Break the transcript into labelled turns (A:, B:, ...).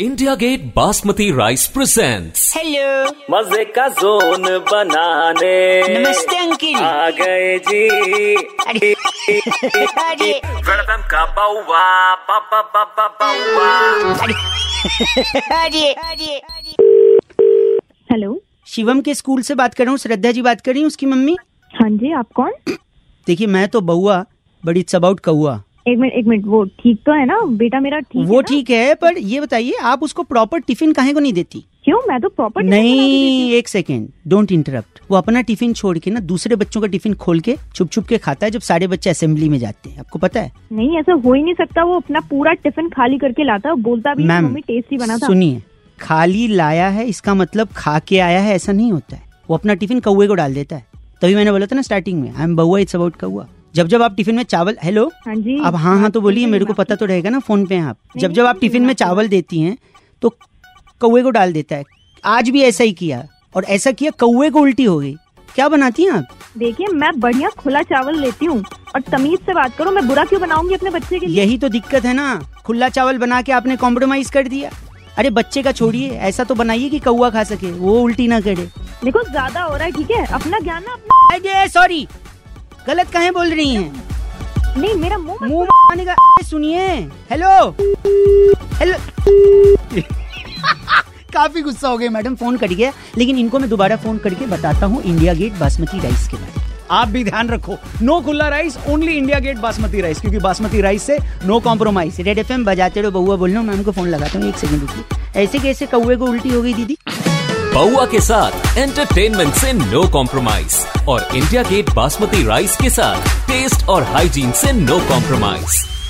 A: India Gate basmati rice presents
B: hello
C: मजे का zone बनाने
B: नमस्ते अंकिल
C: आ गए जी
B: अरे अरे
C: वेलकम का बाउवा बाबा बाबा बाउवा
B: अरे अरे
D: हेलो
B: शिवम के स्कूल से बात कर रहा हूँ श्रद्धा जी बात कर रही हूँ उसकी मम्मी
D: हाँ जी आप कौन
B: देखिए मैं तो बहुआ बट इट्स अबाउट कौआ
D: एक मिनट एक मिनट वो ठीक तो है ना बेटा मेरा ठीक
B: वो
D: है ना?
B: ठीक है पर ये बताइए आप उसको प्रॉपर टिफिन काहे को नहीं देती
D: क्यों मैं तो प्रॉपर
B: नहीं एक सेकेंड डोंट इंटरप्ट वो अपना टिफिन छोड़ के ना दूसरे बच्चों का टिफिन खोल के छुप छुप के खाता है जब सारे बच्चे असेंबली में जाते हैं आपको पता है
D: नहीं ऐसा हो ही नहीं सकता वो अपना पूरा टिफिन खाली करके लाता है बोलता भी है,
B: मैम
D: मम्मी टेस्टी बना था
B: सुनिए खाली लाया है इसका मतलब खा के आया है ऐसा नहीं होता है वो अपना टिफिन कौए को डाल देता है तभी मैंने बोला था ना स्टार्टिंग में आई एम बउआ इट्स अबाउट कौआ जब जब आप टिफिन में चावल हेलो
D: हाँ जी
B: अब हाँ हाँ तो बोलिए मेरे को
D: माफी
B: पता तो रहेगा ना फोन पे हैं आप
D: नहीं,
B: जब जब आप
D: नहीं,
B: टिफिन में
D: माफी।
B: चावल देती हैं तो कौए को डाल देता है आज भी ऐसा ही किया और ऐसा किया कौए को उल्टी हो गई क्या बनाती हैं आप
D: देखिए मैं बढ़िया खुला चावल लेती हूँ और तमीज से बात करो मैं बुरा क्यों बनाऊंगी अपने बच्चे के लिए
B: यही तो दिक्कत है ना खुला चावल बना के आपने कॉम्प्रोमाइज कर दिया अरे बच्चे का छोड़िए ऐसा तो बनाइए कि कौआ खा सके वो उल्टी ना करे
D: देखो ज्यादा हो रहा है ठीक है अपना ज्ञान ना
B: अरे सॉरी गलत कहे बोल रही हैं
D: अपना- नहीं मेरा मुंह मत-
B: मुंह मारने का अरे सुनिए हेलो हेलो काफी गुस्सा हो गया मैडम फोन कट गया लेकिन इनको मैं दोबारा फोन करके बताता हूँ इंडिया गेट बासमती राइस के बारे में।
E: आप भी ध्यान रखो नो खुला rice only India Gate basmati rice क्योंकि बासमती राइस से नो कॉम्प्रोमाइज
B: रेड एफ बजाते रहो बउआ बोल रहा हूँ मैम को फोन लगाता हूँ एक सेकंड रुकिए ऐसे कैसे कौए को उल्टी हो गई दीदी
A: बउआ के साथ एंटरटेनमेंट से नो कॉम्प्रोमाइज और इंडिया गेट बासमती राइस के साथ टेस्ट और हाइजीन से नो कॉम्प्रोमाइज